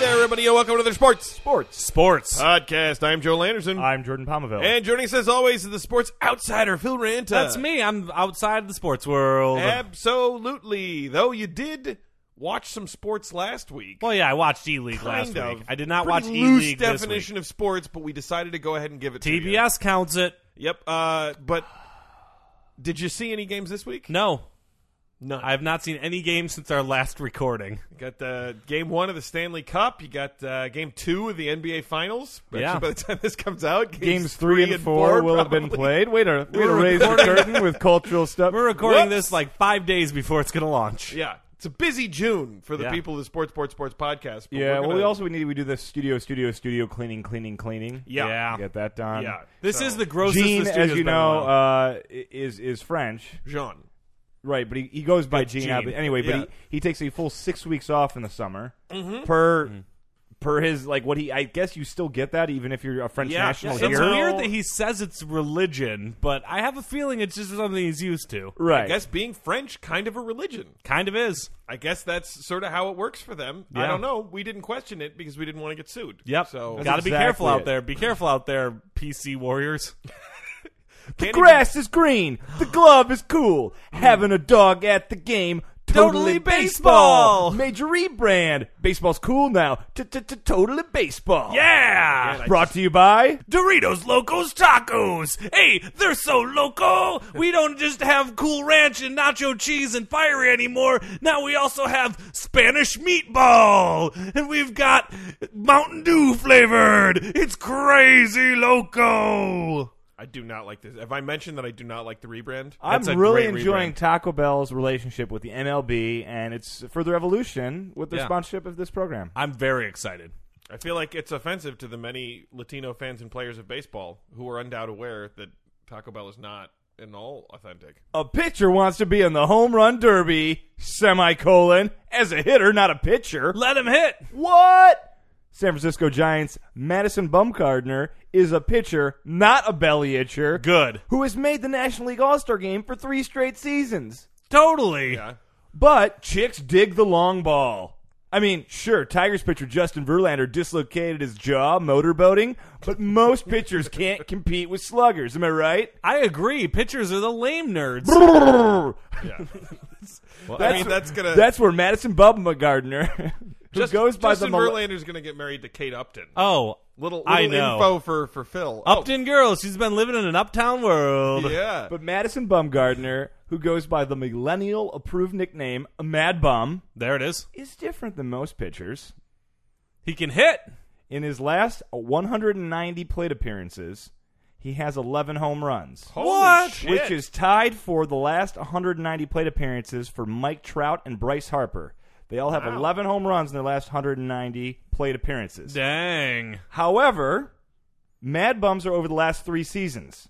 everybody, and welcome to the Sports Sports Sports. Podcast. I'm Joel Anderson. I'm Jordan Palmaville. and joining us, as always, is the sports outsider, Phil Ranta. That's me. I'm outside the sports world. Absolutely. Though you did watch some sports last week. well, yeah, I watched E League last kind of. week. I did not Pretty watch E loose League this week. definition of sports, but we decided to go ahead and give it to you. TBS counts it. Yep. Uh, but did you see any games this week? No, No. I have not seen any game since our last recording. You got the game one of the Stanley Cup. You got uh, game two of the NBA Finals. Actually, Yeah. By the time this comes out, games, Games three and four, will have been probably. played. Wait a way to We're raise the curtain with cultural stuff. We're recording Whoops. this like five days before it's going to launch. Yeah, it's a busy June for the Yeah. people of the Sports Sports Sports podcast. but yeah. we're Well, gonna- we also we need we do the studio, studio, studio cleaning, cleaning, cleaning. Yeah. Yeah. Get that done. Yeah. This So- is the grossest. Gene, the as studio's you been in a know, while. uh, i- is is French, Jean. right? But he, he goes by It's Gene. Gene. Abbott. Anyway, but Yeah. he, he takes a full six weeks off in the summer uh, per per his like what he. I guess you still get that even if you're a French Yeah. national Yeah. it's here, Somehow- weird that he says it's religion, but I have a feeling it's just something he's used to. right? I guess being French kind of a religion. Kind of is. I guess that's sort of how it works for them. I Yeah. don't know. We didn't question it because we didn't want to get sued. Yep. So got to be exactly careful it. out there. Be careful out there, PC warriors. The Can't grass is green. The glove is cool. Having a dog at the game. Totally, Totally baseball. baseball. Major rebrand. Baseball's cool now. Totally baseball. Yeah. Brought to you by. Doritos Locos Tacos. Hey, they're so loco. We don't just have cool ranch and nacho cheese and fiery anymore. Even Now we also have Spanish meatball, and we've got Mountain Dew flavored. It's crazy loco. I do not like this. Have I mentioned that I do not like the rebrand? I'm That's a really great enjoying rebrand. Taco Bell's relationship with the MLB and its further evolution with the Yeah. sponsorship of this program. I'm very excited. I feel like it's offensive to the many Latino fans and players of baseball who are undoubt aware that Taco Bell is not in all authentic. A pitcher wants to be in the home run derby, semicolon, as a hitter, not a pitcher. Let him hit. What? San Francisco Giants Madison Bumgardner is a pitcher, not a belly itcher, Good. who has made the National League All Star game for three straight seasons. Totally. Yeah. But chicks dig the long ball. I mean, sure, Tigers pitcher Justin Verlander dislocated his jaw motorboating, but most pitchers can't compete with sluggers. Am I right? I agree. Pitchers are the lame nerds. I mean, that's gonna. That's where Madison Bumgardner, who just, goes by Justin the Mal- Verlander's gonna get married to Kate Upton. oh, little, little I know. info for for Phil. Oh, Upton girl. She's been living in an uptown world. yeah. But Madison Bumgardner, who goes by the millennial approved nickname Mad Bum, There it is. is different than most pitchers. He can hit. In his last 190 plate appearances, he has 11 home runs, Holy What? Oh, shit. which is tied for the last 190 plate appearances for Mike Trout and Bryce Harper. They all have Wow. 11 home runs in their last 190 plate appearances. Dang. However, Mad Bums are over the last three seasons.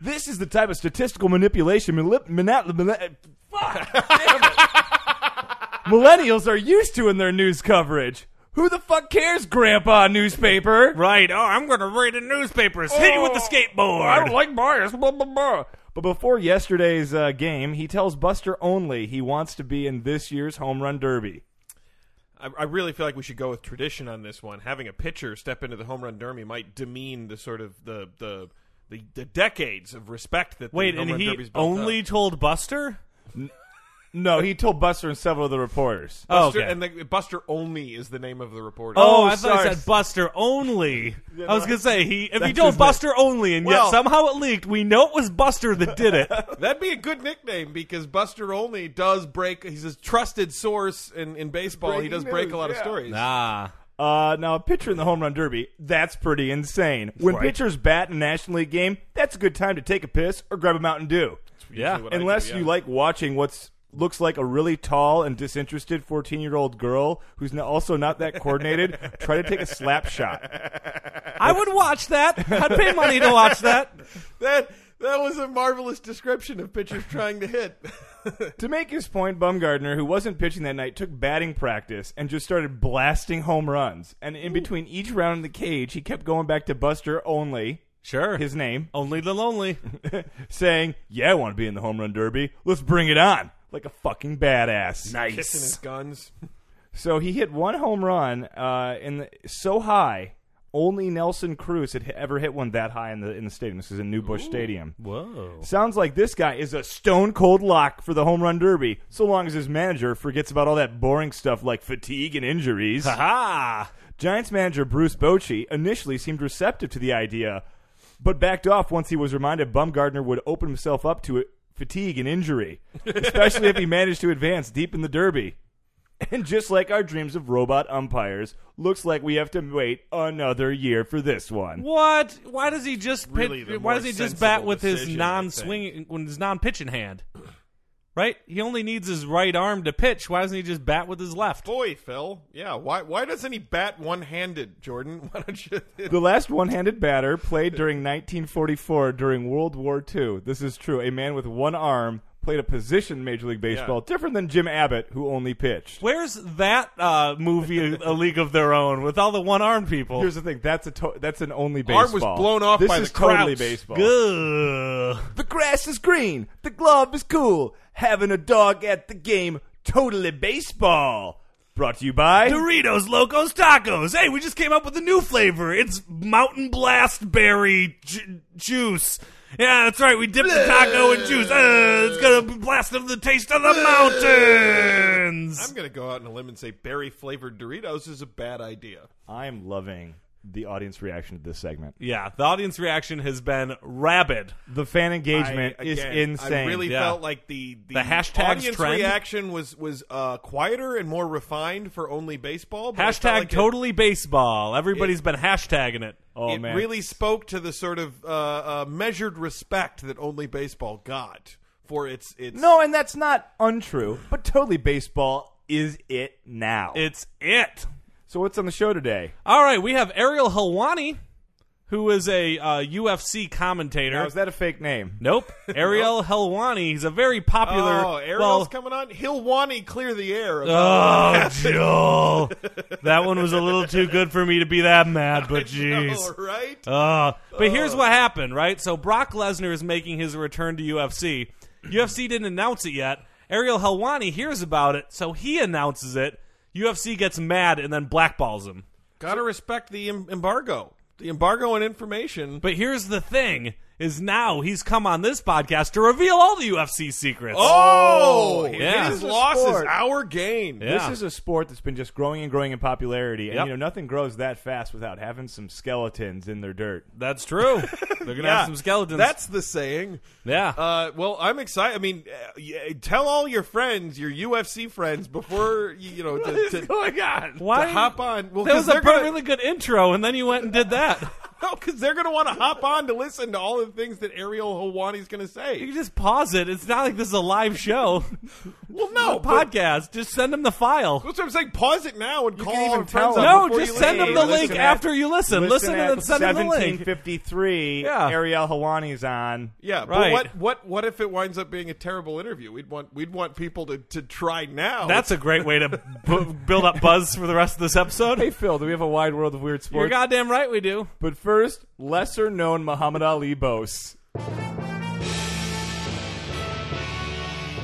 this is the type of statistical manipulation mili- mina- mili- fuck, damn it. millennials are used to in their news coverage. Who the fuck cares, Grandpa newspaper? Right. Oh, I'm going to read the newspapers. Oh. Hit you with the skateboard. I don't like bias. Blah, blah, blah. But before yesterday's uh, game, he tells Buster only he wants to be in this year's home run derby. I, I really feel like we should go with tradition on this one. Having a pitcher step into the home run derby might demean the sort of the the the, the decades of respect that Wait, the home and run he derby's built only up. told Buster? No, he told Buster and several of the reporters. Buster, Oh, okay. and the, Buster only is the name of the reporter. Oh, Oh, I thought sorry. he said Buster only. I was going to say, he if he That's his told name. Buster only and Well- yet somehow it leaked, we know it was Buster that did it. that'd be a good nickname because Buster only does break. He's a trusted source in in baseball. he Breaking does break news, a lot yeah. of stories. ah. Uh, now a pitcher in the home run derby, that's pretty insane. When Right. pitchers bat in a National League game, that's a good time to take a piss or grab a Mountain Dew. Yeah. what I do, Unless yeah. you like watching what's looks like a really tall and disinterested 14-year-old girl who's no- also not that coordinated try to take a slap shot. I would watch that. I'd pay money to watch that. That that was a marvelous description of pitchers trying to hit. To make his point, Bumgardner, who wasn't pitching that night, took batting practice and just started blasting home runs. And in between each round in the cage, he kept going back to Buster only, Sure. his name, only the lonely. saying, "Yeah, I want to be in the home run derby. Let's bring it on!" Like a fucking badass. Kissing his guns. So he hit one home run uh, in the, so high. Only Nelson Cruz had hit, ever hit one that high in the in the stadium. This is in New Bush Stadium. Whoa. Sounds like this guy is a stone cold lock for the home run derby, so long as his manager forgets about all that boring stuff like fatigue and injuries. Ha! Giants manager Bruce Bochy initially seemed receptive to the idea, but backed off once he was reminded Bumgardner would open himself up to fatigue and injury, especially if he managed to advance deep in the derby. And just like our dreams of robot umpires, looks like we have to wait another year for this one. What? Why does he just pit, Really the why does more he just sensible bat with his decision, I think. non-swing when his non-pitching hand? Right? He only needs his right arm to pitch. Why doesn't he just bat with his left? Boy, Phil. Yeah. Why? Why doesn't he bat one-handed, Jordan? Why don't you? The last one handed batter played during 1944 during World War II. This is true. A man with one arm played a position in Major League Baseball, different than Jim Abbott, who only pitched. Where's that uh, movie, A League of Their Own, with all the one-armed people? Here's the thing that's a to- that's an only baseball. was blown off this by is the totally Krauts. baseball. Gah. The grass is green. The glove is cool. Having a dog at the game, totally baseball. Brought to you by Doritos Locos Tacos. Hey, we just came up with a new flavor. It's Mountain Blast Berry ju- Juice. Yeah, that's right. We dip the taco in juice. Uh, it's gonna be blasting the taste of the mountains. I'm gonna go out on a limb and say berry flavored Doritos is a bad idea. I'm loving the audience reaction to this segment. Yeah, the audience reaction has been rabid. The fan engagement I- is again, I insane. really Yeah. felt like the the, The hashtags audience trend? reaction was was uh, quieter and more refined for only baseball. But I felt Hashtag like it- totally baseball. Everybody's been hashtagging it. oh it man. really spoke to the sort of uh, uh, measured respect that only baseball got for its its. No, and that's not untrue, but totally baseball is it now. It's it. so what's on the show today? All right, we have Ariel Helwani, who is a uh, UFC commentator. Now, is that a fake name? Nope. Ariel Helwani. He's a very popular. Oh, Ariel's well, coming on. He'll want to clear the air. Oh, Joel. that one was a little too good for me to be that mad, but jeez. All right. Uh, but here's what happened, right? So Brock Lesnar is making his return to UFC. UFC didn't announce it yet. Ariel Helwani hears about it, so he announces it. UFC gets mad and then blackballs him. Gotta respect the em- embargo. The embargo on information. But here's the thing is now he's come on this podcast to reveal all the UFC secrets. Oh, his yeah. This is a loss is sport. our gain. Yeah. This is a sport that's been just growing and growing in popularity, and Yep. you know nothing grows that fast without having some skeletons in their dirt. That's true. They're going to Yeah. have some skeletons. That's the saying. yeah. Uh, well, I'm excited. I mean, uh, y- tell all your friends, your UFC friends, before you, you know to, to, to Going on. Why? hop on. Well, That because was a they're gonna, really good intro, and then you went and did that. because they're gonna want to hop on to listen to all the things that Ariel Hawani's gonna You say. just pause it. It's not like this is a live show, Well, no, but- podcast. Just send them the file. That's what I'm saying. Pause it now and call can even our friends tell- up No, before just you send leave. them the Listen link at- after you listen. Listen, and then send them the link. 1753. Yeah. Ariel Hawani's on. Yeah, but Right. what what what if it winds up being a terrible interview? We'd want we'd want people to, to try now. That's a great way to bu- build up buzz for the rest of this Hey episode. Phil, do we have a wide world of weird You're sports? goddamn right, we do. but first, lesser known Muhammad Ali Bose.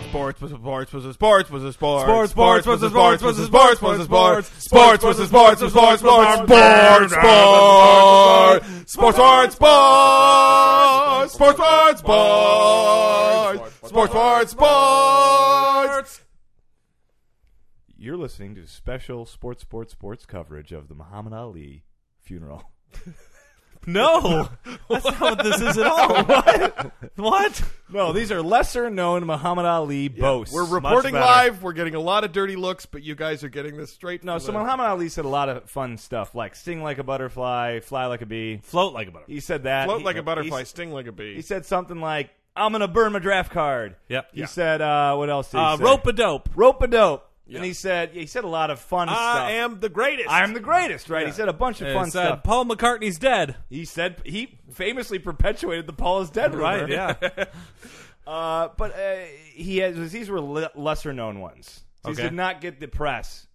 sports was a sports was a sports was a sports Sports, sports was a sports was a sports was a sports. sports was a sports was sports sports sports sports sports sports sports sports sports sports sports sports sports. You're listening to special sports, sports, sports coverage of the Muhammad Ali funeral. No, that's not what this is at all. What? What? No, these are lesser known Muhammad Ali boasts. We're Much reporting better. live. We're getting a lot of dirty looks, but you guys are getting this straight. No, so Muhammad Ali said a lot of fun stuff like sting like a butterfly, fly like a bee. Float like a butterfly. He said that. float He- like a butterfly, He, sting like a bee. he said something like, I'm going to burn my draft card. Yep. He Yeah. said, uh, what else did he Uh, say? rope a dope. Rope a dope. Yeah. And he said, he said a lot of fun stuff. I am the greatest. I'm the greatest, right? He said a bunch of fun It stuff. said Paul McCartney's dead. He said he famously perpetuated the Paul is dead rumor. Uh, but uh, he has these were le- lesser known ones. These Okay. did not get the press.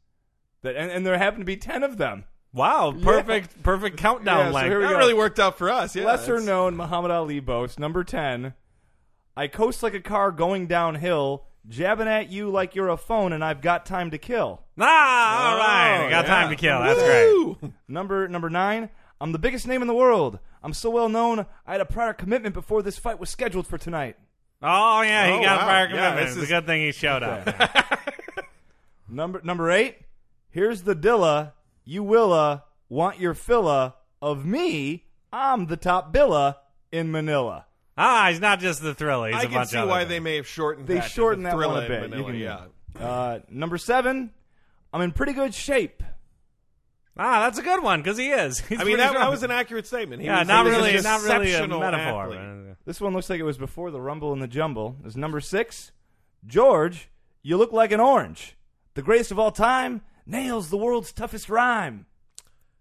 That and, and there happened to be ten of them. Wow, perfect, perfect countdown Yeah, so length. here we That go. really worked out for us. Yeah, lesser it's- known Muhammad Ali boast number ten. I coast like a car going downhill. jabbing at you like you're a phone and I've got time to kill. Ah, all right. I got yeah. time to kill. That's great. Woo! Number number nine. I'm the biggest name in the world. I'm so well known. I had a prior commitment before this fight was scheduled for tonight. Oh yeah, he Oh, got wow. prior Yeah, commitment. this it's a is- good thing he showed up. Number number eight. Here's the dilla. You willa want your filla of me. I'm the top billa in Manila. Ah, he's not just the thriller. He's a I can bunch see of why other they things. may have shortened. They that to shortened the that one Thrilla a in bit. You Manila, can- yeah. Uh, number seven. I'm in pretty good shape. Ah, that's a good one because he is. He's I mean, pretty that, strong. that was an accurate statement. He yeah, was, not he was really, an not really a exceptional metaphor. uh, athlete. This one looks like it was before the Rumble and the Jumble. Is number six, George? You look like an orange. The greatest of all time nails the world's toughest rhyme.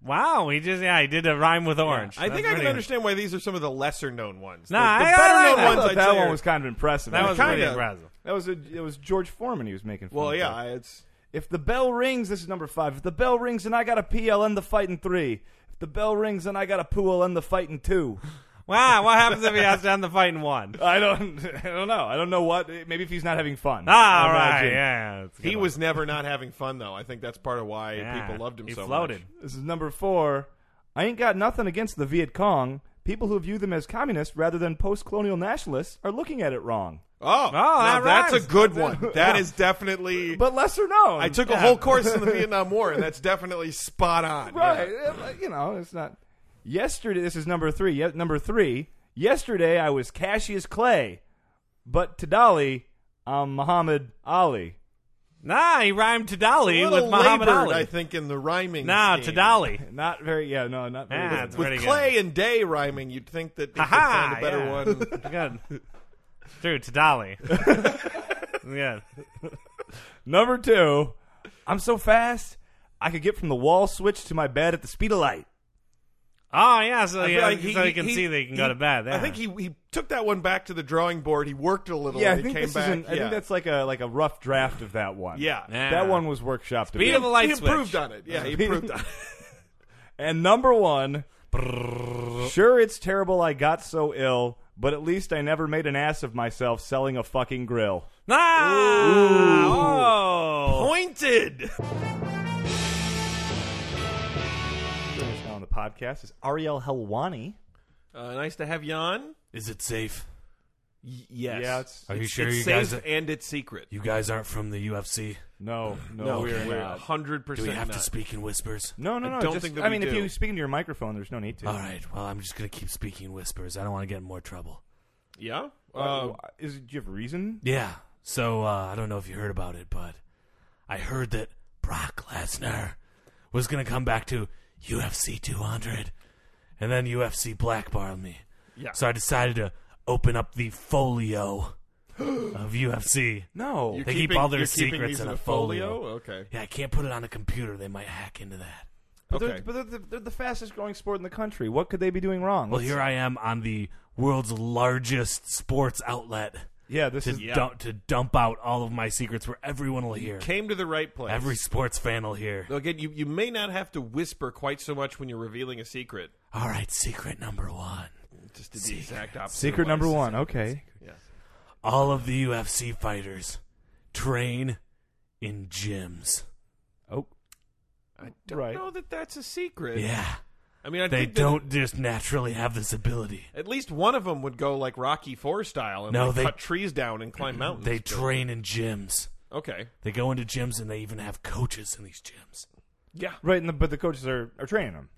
Wow, he just yeah, he did a rhyme with orange. I That's think I can pretty- understand why these are some of the lesser known ones. Nah, the, the I- I better known like I ones. thought I'd that say one are- was kind of impressive. That was kind pretty kinda. impressive. that was a, it was George Foreman he was making. fun Well, of. yeah, I- it's If the bell rings, this is number five. If the bell rings and I got a pee, I'll end the fight in three. If the bell rings and I got a poo, I'll end the fight in two. Wow, what happens if he has to end the fight in one? I don't, I don't know. I don't know what. Maybe if he's not having fun. Ah, all I right, imagine. yeah. that's a good he one. was never not having fun though. I think that's part of why Yeah, people loved him he so floated. much. This is number four. I ain't got nothing against the Viet Cong. People who view them as communists rather than post-colonial nationalists are looking at it wrong. Oh, now that that's rhymes. a good one. That is definitely. But lesser known. I took a whole course in the Vietnam War, and that's definitely spot on. right. Yeah. Yeah, like, You know, it's not. Yesterday, this is number three. Ye- number three. Yesterday, I was Cassius Clay, but to Dolly, I'm Muhammad Ali. Nah, he rhymed A Tadali little with Muhammad labored, Ali. I think, in the rhyming. Nah, scheme. Tadali. Not very. Yeah, no, not very. Yeah, good. it's With pretty Clay and Day rhyming, you'd think that they Good. could Ha find a better one. Good. True, Tadali. yeah. Number two. I'm so fast, I could get from the wall switch to my bed at the speed of light. Oh yeah, so, I feel yeah, like so he can see that he can go to bed. I yeah. think he, he took that one back to the drawing board. He worked a little. Yeah, I and think he came this back. is. An, I yeah. think that's like a like a rough draft of that one. yeah. Yeah. That one was workshopped. a Speed bit. of a light he improved switch. on it. Yeah, he Speed- improved on it. And number one, sure, it's terrible I got so ill, but at least I never made an ass of myself selling a fucking grill. Ah, oh. Pointed. Now on the podcast is Ariel Helwani. Uh, nice to have you on. Is it safe? Y- yes. Yeah, it's- Are you sure it's you safe guys are- and it's secret. You guys aren't from the UFC. No, no, No, we're we're not. hundred Do percent. we have to speak in whispers? No, no, no. I don't just- think that I we mean, if do. you speak into your microphone, there's no need to. All right. Well, I'm just gonna keep speaking in whispers. I don't want to get in more trouble. Yeah. Uh, Uh, is do you have reason? Yeah. So uh, I don't know if you heard about it, but I heard that Brock Lesnar was gonna come back to UFC 200, and then UFC blackballed me. Yeah. So I decided to open up the folio of UFC. No. you're They keep keeping, all their you're keeping secrets these in a folio. folio. Okay. Yeah, I can't put it on a computer. They might hack into that. But Okay. they're, but they're, the- they're the fastest growing sport in the country. What could they be doing wrong? Well, Let's- here I am on the world's largest sports outlet yeah, this to is. dump to dump out all of my secrets where everyone will hear. Came to the right place. Every sports fan will hear. Though Again, you, you may not have to whisper quite so much when you're revealing a secret. All right, secret number one. Just did the exact opposite. Secret of what I number said. one. Okay. All of the UFC fighters train in gyms. Oh, I don't Right. know that that's a secret. Yeah, I mean, I they think that don't just naturally have this ability. At least one of them would go like Rocky Four style and No, like, they- cut trees down and climb mountains. They but- train in gyms. Okay. They go into gyms and they even have coaches in these gyms. Yeah. right. And the, but the coaches are, are training them.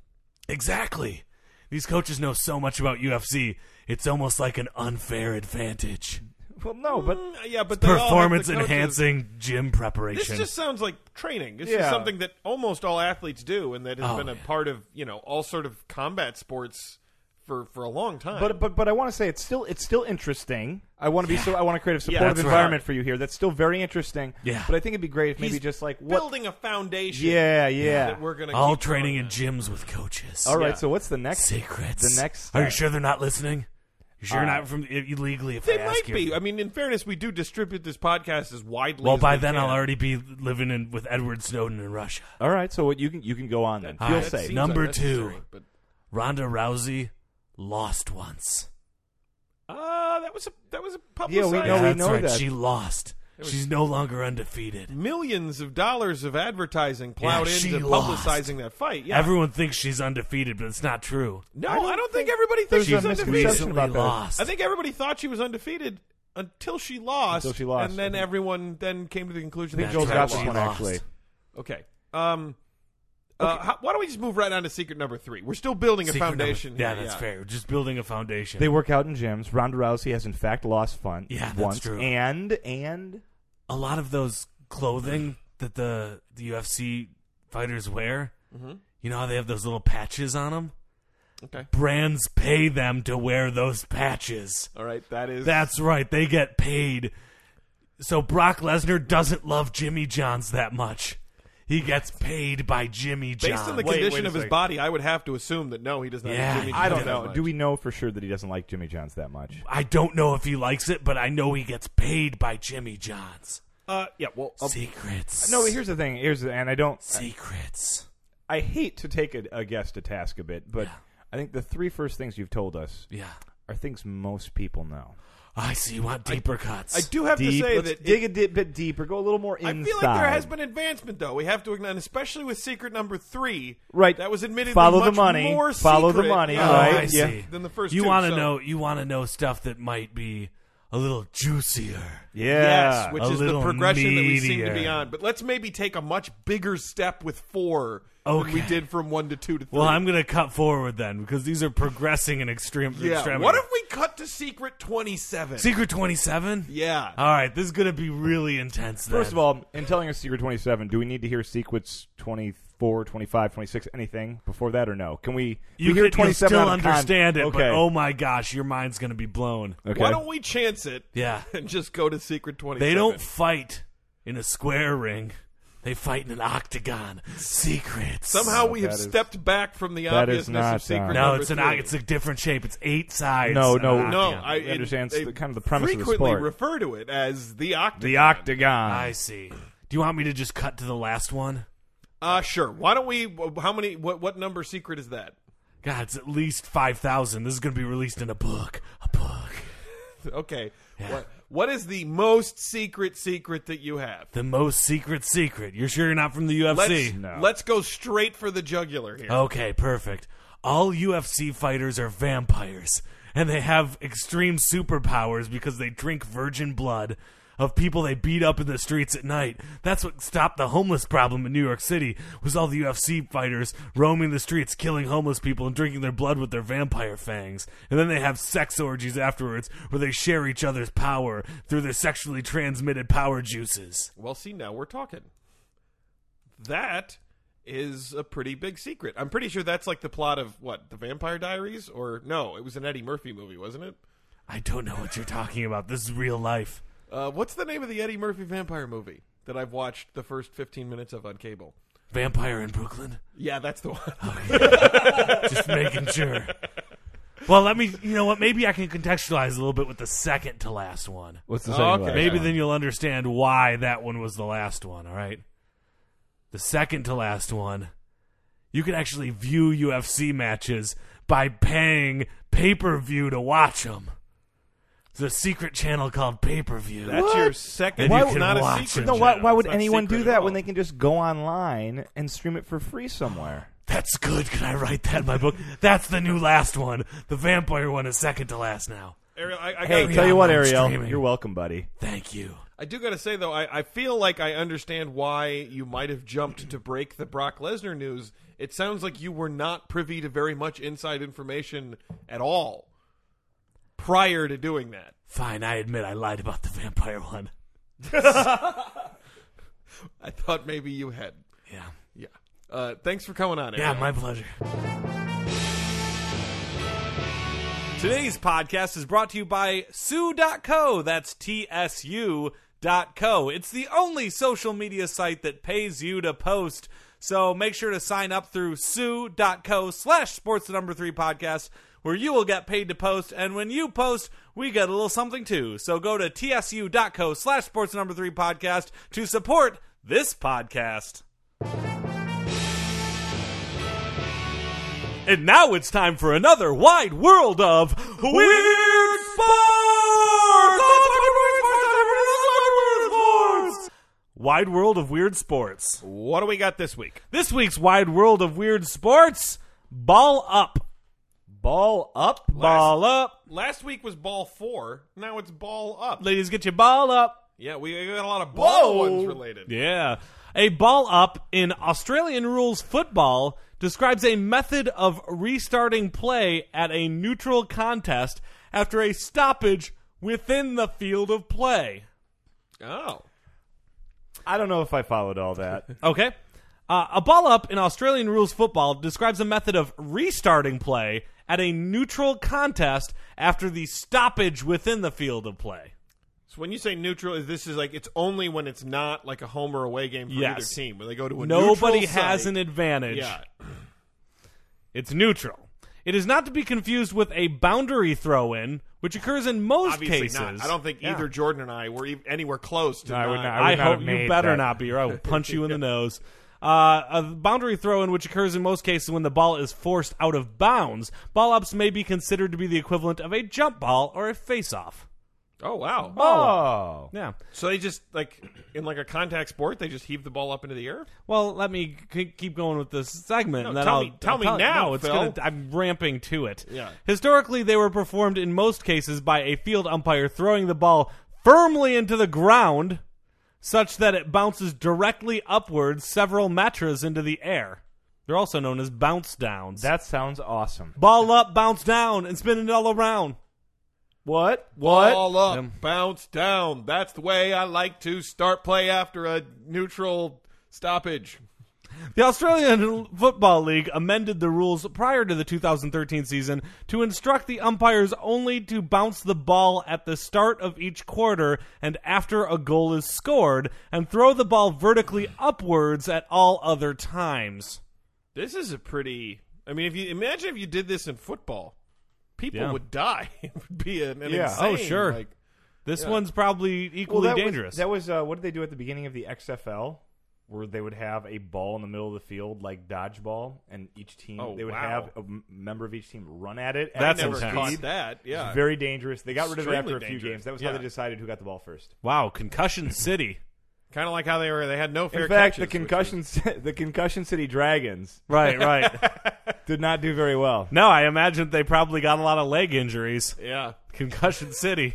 Exactly. These coaches know so much about UFC. It's almost like an unfair advantage. Well, no, but Mm, yeah, but they all have the performance coaches. enhancing gym This preparation. just sounds like training. This is Yeah. something that almost all athletes do, and that has Oh, been a yeah. part of you know all sort of combat sports for for a long time. But but but I want to say it's still it's still interesting. I want to be so I want to create a Yeah, supportive that's right. environment for you here. That's still very interesting. Yeah. But I think it'd be great if maybe He's just like what. building a foundation. Yeah, yeah. That we're gonna All keep going training in on. gyms with coaches. All right. yeah. So what's the next Secrets. The next. Are you step? sure they're not listening? You sure Uh, you're not from e-, illegally? If They I might ask you? be. I mean, in fairness, we do distribute this podcast as widely. well, as by we then can. I'll already be living in with Edward Snowden in Russia. All right. So what you can you can go on then. All Feel right. That safe. seems Number unnecessary, two. But, Ronda Rousey lost once. uh, that was a that was a Yeah, we publicized. know- we that's right. that. She lost She's no longer undefeated. Millions of dollars of advertising plowed Yeah, she into lost. publicizing that fight. Yeah. Everyone thinks she's undefeated, but it's not true. no, I don't, think, everybody thinks there's she's a undefeated. misconception Recently about that. lost. I think everybody thought she was undefeated until she lost. Until she lost, And then I think. everyone then came to the conclusion I that think Joel's she got lost. this She one lost. actually. Okay. Um, uh, how, why don't we just move right on to secret number three? We're still building a Secret number- foundation. yeah, here, that's fair. Just building a foundation. They work out in gyms. Ronda Rousey has in fact lost fun Yeah, that's once, true. and and a lot of those clothing that the the UFC fighters wear, Mm-hmm. you know how they have those little patches on them. Okay. Brands pay them to wear those patches. All right, that is That's right, they get paid. So Brock Lesnar doesn't love Jimmy John's that much. He gets paid by Jimmy John. based on the Wait, condition wait a of his second. body. I would have to assume that no, he does not. Yeah, Jimmy I I John's don't that know. much. Do we know for sure that he doesn't like Jimmy John's that much? I don't know if he likes it, but I know he gets paid by Jimmy John's. Uh, yeah. Well, uh, Secrets. No, but here's the thing. Here's the, and I don't. secrets. I hate to take a, a guest to task a bit, but I think the three first things you've told us Yeah. are things most people know. I see you want deeper cuts. I do have to Deep- say let's that dig it, a di- bit deeper, go a little more I inside. feel like there has been advancement, though. We have to acknowledge, especially with secret number three, Right. That was admittedly Follow the much money. More Follow the secret, money, yeah, Oh, right? I Yeah. see. Than the first You two, wanna so- know? You want to know stuff that might be a little juicier. yeah. Yes, which a is the little progression that we seem to be meatier. on. But let's maybe take a much bigger step with four than we Okay. did from one to two to three. Well, I'm gonna cut forward then because these are progressing in extreme. yeah. extremity. What if we cut to secret twenty-seven? Secret Oh, Twenty Seven? yeah. All right, this is gonna be really intense. Then. First of all, in telling us Secret 27, do we need to hear Secrets 24, 25, 26, anything before that or no? Can we, you we hear can you'll 27 still out of con- understand it, okay. but oh my gosh, your mind's gonna be blown. okay. Why don't we chance it Yeah, and just go to secret twenty-seven? they don't fight in a square ring; they fight in an octagon. Secrets. Somehow we have that is- stepped back from the that is obviousness not of secret. done. No, number it's an three. o- it's a different shape. It's eight sides. No, of no, an No, octagon. I We understand it- the- they kind of the premise of the Frequently sport. refer to it as the octagon. The Octagon. Ah, I see. Do you want me to just cut to the last one? Uh, sure. Why don't we? How many? What, what number secret is that? God, it's at least 5,000. This is going to be released in a book. A book. Okay. What What is the most secret secret that you have? The most secret secret. You're sure you're not from the Let's UFC? No. Oh. let's go straight for the jugular here. Okay, perfect. All UFC fighters are vampires, and they have extreme superpowers because they drink virgin blood of people they beat up in the streets at night. That's what stopped the homeless problem in New York City was all the UFC fighters roaming the streets killing homeless people and drinking their blood with their vampire fangs. And then they have sex orgies afterwards where they share each other's power through their sexually transmitted power juices. Well, see, now we're talking. That is a pretty big secret. I'm pretty sure that's like the plot of what the Vampire Diaries, or no, it was an Eddie Murphy movie, wasn't it? I don't know what you're talking about. This is real life. Uh, what's the name of the Eddie Murphy vampire movie that I've watched the first 15 minutes of on cable? Vampire in Brooklyn? Yeah, that's the one. just making sure. Well, let me. You know what? Maybe I can contextualize a little bit with the second to last one. What's the Oh, second okay. last Maybe one? then you'll understand why that one was the last one. All right. The second to last one, you can actually view UFC matches by paying pay per view to watch them. It's a secret channel called pay per view. That's your second. And you it's can not a watch secret. it. No, why, channel. why It's would not anyone secret do at that all. when they can just go online and stream it for free somewhere? That's good. Can I write that in my book? That's the new last one. The vampire one is second to last now. Ariel, I, I Hey, gotta- tell you what, online Ariel, streaming. you're welcome, buddy. Thank you. I do got to say though, I, I feel like I understand why you might have jumped to break the Brock Lesnar news. It sounds like you were not privy to very much inside information at all prior to doing that. Fine, I admit I lied about the vampire one. I thought maybe you had. Yeah. Yeah. Uh, thanks for coming on. Yeah, Ariel. my pleasure. Today's podcast is brought to you by Sue.co. That's T S U dot co. It's the only social media site that pays you to post. So make sure to sign up through Sue.co slash sports the number three podcast, where you will get paid to post. And when you post, we get a little something too. So go to TSU.co slash sports the number three podcast to support this podcast. And now it's time for another wide world of weird sports. Wide World of Weird Sports. What do we got this week? This week's Wide World of Weird Sports Ball Up. Ball up. Ball up. Last week was ball four. Now it's ball up. Ladies, get your ball up. Yeah, we got a lot of ball ones related. Yeah. A ball up in Australian rules football describes a method of restarting play at a neutral contest after a stoppage within the field of play. Oh. I don't know if I followed all that. Okay. Uh, a ball up in Australian rules football describes a method of restarting play at a neutral contest after the stoppage within the field of play. So when you say neutral, is this is like it's only when it's not like a home or away game for either Yes. team when they go to a Nobody neutral has site. an advantage. Yeah. It's neutral. It is not to be confused with a boundary throw in, which occurs in most Obviously cases. not. I don't think either Jordan and I were ev- anywhere close to. I would not- I, not hope have you made better that. not be, or I will punch you in the nose. Uh, a boundary throw in, which occurs in most cases when the ball is forced out of bounds. Ball ups may be considered to be the equivalent of a jump ball or a face off. Oh wow! Oh. Yeah. So they just like in like a contact sport, they just heave the ball up into the air. Well, let me c- keep going with this segment. No, and then tell I'll, me- tell I'll me now, no, it's Phil. Gonna, I'm ramping to it. Yeah. Historically, they were performed in most cases by a field umpire throwing the ball firmly into the ground, such that it bounces directly upwards several meters into the air. They're also known as bounce downs. That sounds awesome. ball up, bounce down, and spinning it all around. What? What? Ball up, Um, bounce down. That's the way I like to start play after a neutral stoppage. The Australian Football League amended the rules prior to the 2013 season to instruct the umpires only to bounce the ball at the start of each quarter and after a goal is scored, and throw the ball vertically upwards at all other times. This is a pretty. I mean, if you imagine if you did this in football, people Yeah. would die. It would be an, an Yeah. insane. Oh, sure. Like, This one's probably Well, equally that dangerous. Was, that was uh, what did they do at the beginning of the XFL, where they would have a ball in the middle of the field like dodgeball, and each team Oh, they would wow. have a m- member of each team run at it. at That's never full intense. caught speed. that. Yeah. Very dangerous. They got rid of it after Extremely a few dangerous. games. That was how Yeah. they decided who got the ball first. wow, Concussion City. Kind of like how they were. They had no fair. In fact, the catches, which concussion the concussion city dragons Right, right. did not do very well. no, I imagine they probably got a lot of leg injuries. was- Yeah. Concussion City.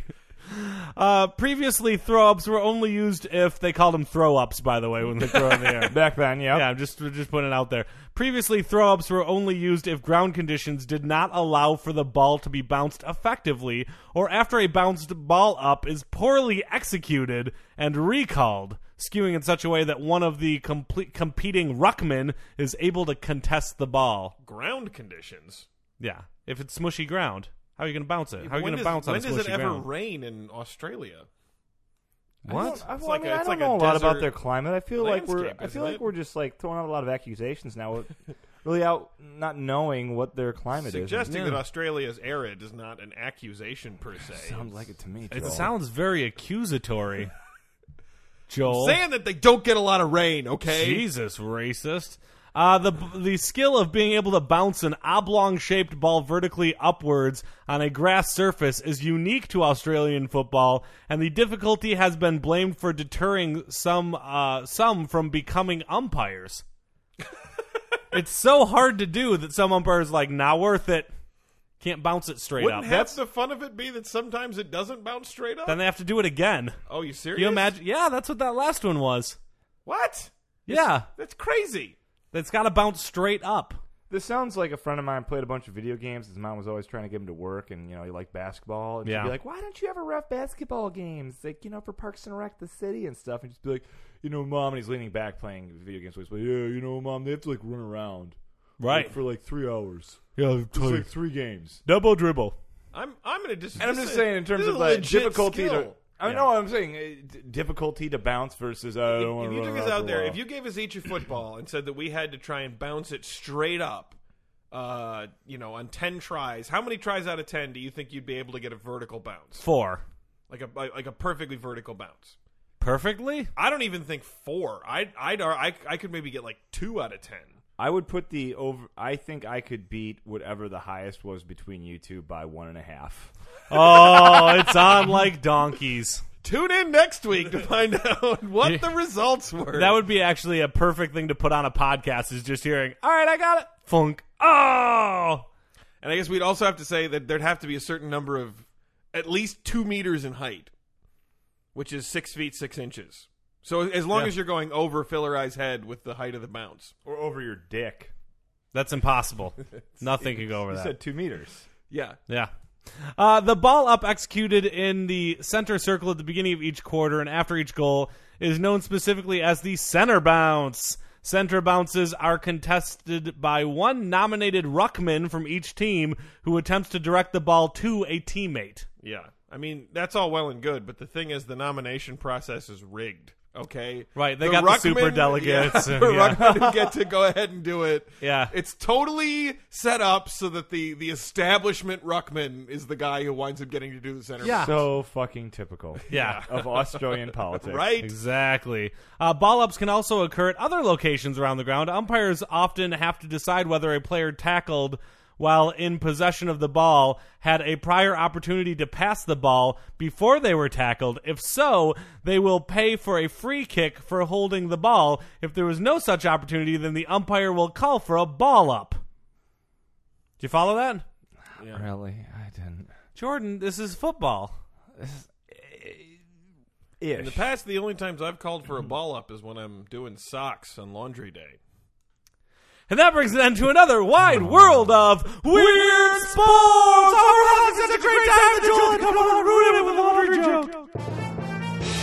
Uh, previously, throw ups were only used if they called them throw ups. By the way, when they throw in the air. Back then, yeah. Yeah, I'm just we're just putting it out there. Previously, throw ups were only used if ground conditions did not allow for the ball to be bounced effectively, or after a bounced ball up is poorly executed and recalled, skewing in such a way that one of the complete competing ruckmen is able to contest the ball. Ground conditions. Yeah, if it's smushy ground, how are you going to bounce it? How are you When going to does- bounce on When does smushy it ever ground? rain in Australia? What? I, It's well, like I mean, a- I it's don't like a know a lot desert about their climate. I feel like we're landscape, I feel isn't like it? we're just like throwing out a lot of accusations now, really out not knowing what their climate is. Suggesting that Australia is arid is not an accusation per se. Sounds like it to me. It Joel. sounds very accusatory, Joel. saying that they don't get a lot of rain. Okay. Jesus, racist. Uh, the the skill of being able to bounce an oblong shaped ball vertically upwards on a grass surface is unique to Australian football, and the difficulty has been blamed for deterring some uh, some from becoming umpires. it's so hard to do that some umpires are like not worth it. Can't bounce it straight Wouldn't up. half the fun of it be that sometimes it doesn't bounce straight up? then they have to do it again. oh, you serious? Can you imagine? Yeah, that's what that last one was. What? Yeah, That's crazy. that's got to bounce straight up. This sounds like a friend of mine played a bunch of video games. His mom was always trying to get him to work, and you know he liked basketball. And Yeah. she'd be like, "Why don't you ever ref basketball games? Like you know for Parks and Rec, the city and stuff." And just be like, "You know, mom." And he's leaning back playing video games. So he's like, "Yeah, you know, mom. They have to like run around Right. for like three hours. Yeah, It's like three games." Double dribble. I'm I'm gonna dis- And I'm this just is- saying, in terms this is of a like legit difficulty to. skill. I know what I'm saying. uh, d- Difficulty to bounce versus. Uh, I don't If wanna you run took us around for out a there, while. if you gave us each a football and said that we had to try and bounce it straight up, uh, you know, on ten tries, how many tries out of ten do you think you'd be able to get a vertical bounce, Four. like a like a perfectly vertical bounce? Perfectly? I don't even think four. I I'd I I could maybe get like two out of ten. I would put the over. I think I could beat whatever the highest was between you two by one and a half. Oh, it's on like donkeys. Tune in next week to find out what the results were. That would be actually a perfect thing to put on a podcast is just hearing, all right, I got it. Funk. Oh. and I guess we'd also have to say that there'd have to be a certain number of at least two meters in height, which is six feet six inches. So as long as you're going over Filler Eye's head with the height of the bounce. Or over your dick. That's impossible. Nothing can go over You that. said two meters. Yeah. Yeah. Uh, the ball up executed in the center circle at the beginning of each quarter and after each goal is known specifically as the center bounce. Center bounces are contested by one nominated ruckman from each team who attempts to direct the ball to a teammate. Yeah. I mean, that's all well and good, but the thing is, the nomination process is rigged. Okay. Right, they got the superdelegates Yeah, and- the yeah. Ruckman who get to go ahead and do it. Yeah. It's totally set up so that the, the establishment Ruckman is the guy who winds up getting to do the center. back. So fucking typical. Yeah. Of Australian politics. Right? Exactly. Uh, ball ups can also occur at other locations around the ground. Umpires often have to decide whether a player tackled while in possession of the ball had a prior opportunity to pass the ball before they were tackled. If so, they will pay for a free kick for holding the ball. If there was no such opportunity, then the umpire will call for a ball up. Do you follow that? Really? I didn't. Jordan, this is football. Ish. In the past, the only times I've called for a ball up is when I'm doing socks on laundry day. And that brings it end to another wide world of weird, sports. Oh, we're having such a great time, Jordan. Come on, ruin it with a laundry joke.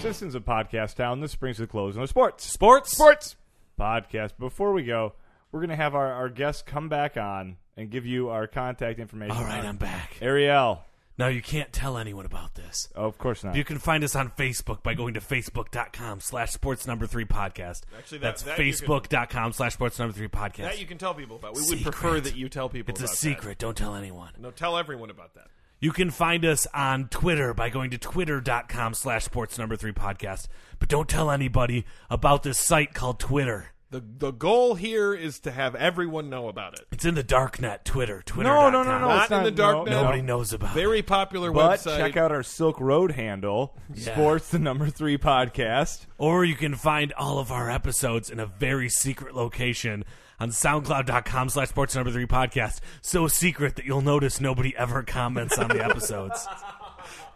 Citizens of Podcast Town, this brings to the close on the sports Sports. Sports. podcast. Before we go, we're going to have our, our guests come back on and give you our contact information. All right, I'm back. Ariel. Now you can't tell anyone about this. Oh, of course not. You can find us on Facebook by going to facebook.com slash sports number three podcast. Actually, that- That's that you can- facebook.com slash sports number three podcast. That you can tell people about. We Secret. would prefer that you tell people it's a about that. secret. Don't tell anyone. No, tell everyone about that. You can find us on Twitter by going to twitter.com slash sports number three podcast. But don't tell anybody about this site called Twitter. The, the goal here is to have everyone know about it. It's in the dark net, Twitter. Twitter. Not in the dark net. Nobody knows about it. Very popular But website. check out our Silk Road handle, Yeah. Sports the Number Three Podcast. Or you can find all of our episodes in a very secret location on soundcloud.com slash sports number three podcast. So secret that you'll notice nobody ever comments on the episodes.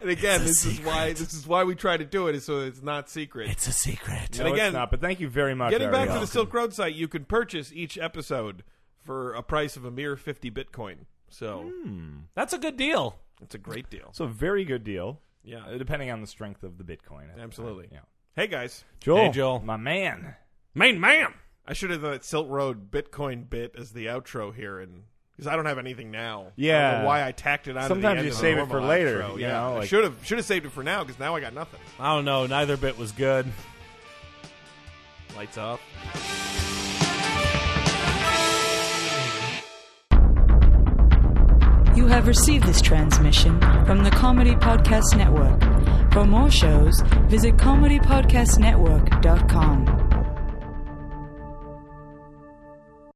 and again, It's this a is why this is why we try to do it is so it's not secret. It's a secret. And No, again, it's not, but thank you very much. Getting back to Ariel. the Silk Road site, you can purchase each episode for a price of a mere fifty Bitcoin. So Hmm. That's a good deal. it's a great deal. It's a very good deal, uh, Yeah, depending on the strength of the Bitcoin. at the absolutely. time, Yeah. Hey guys, Joel, Hey, Joel. my man. Main man. I should have done that Silk Road Bitcoin bit as the outro here, and because I don't have anything now. I don't Yeah. know why I tacked it on. to Sometimes the end you of the save it normal for later, outro, you yeah, know, like- should have should have saved it for now because now I got nothing. I don't know. Neither bit was good. Lights up. You have received this transmission from the Comedy Podcast Network. For more shows, visit comedypodcastnetwork.com.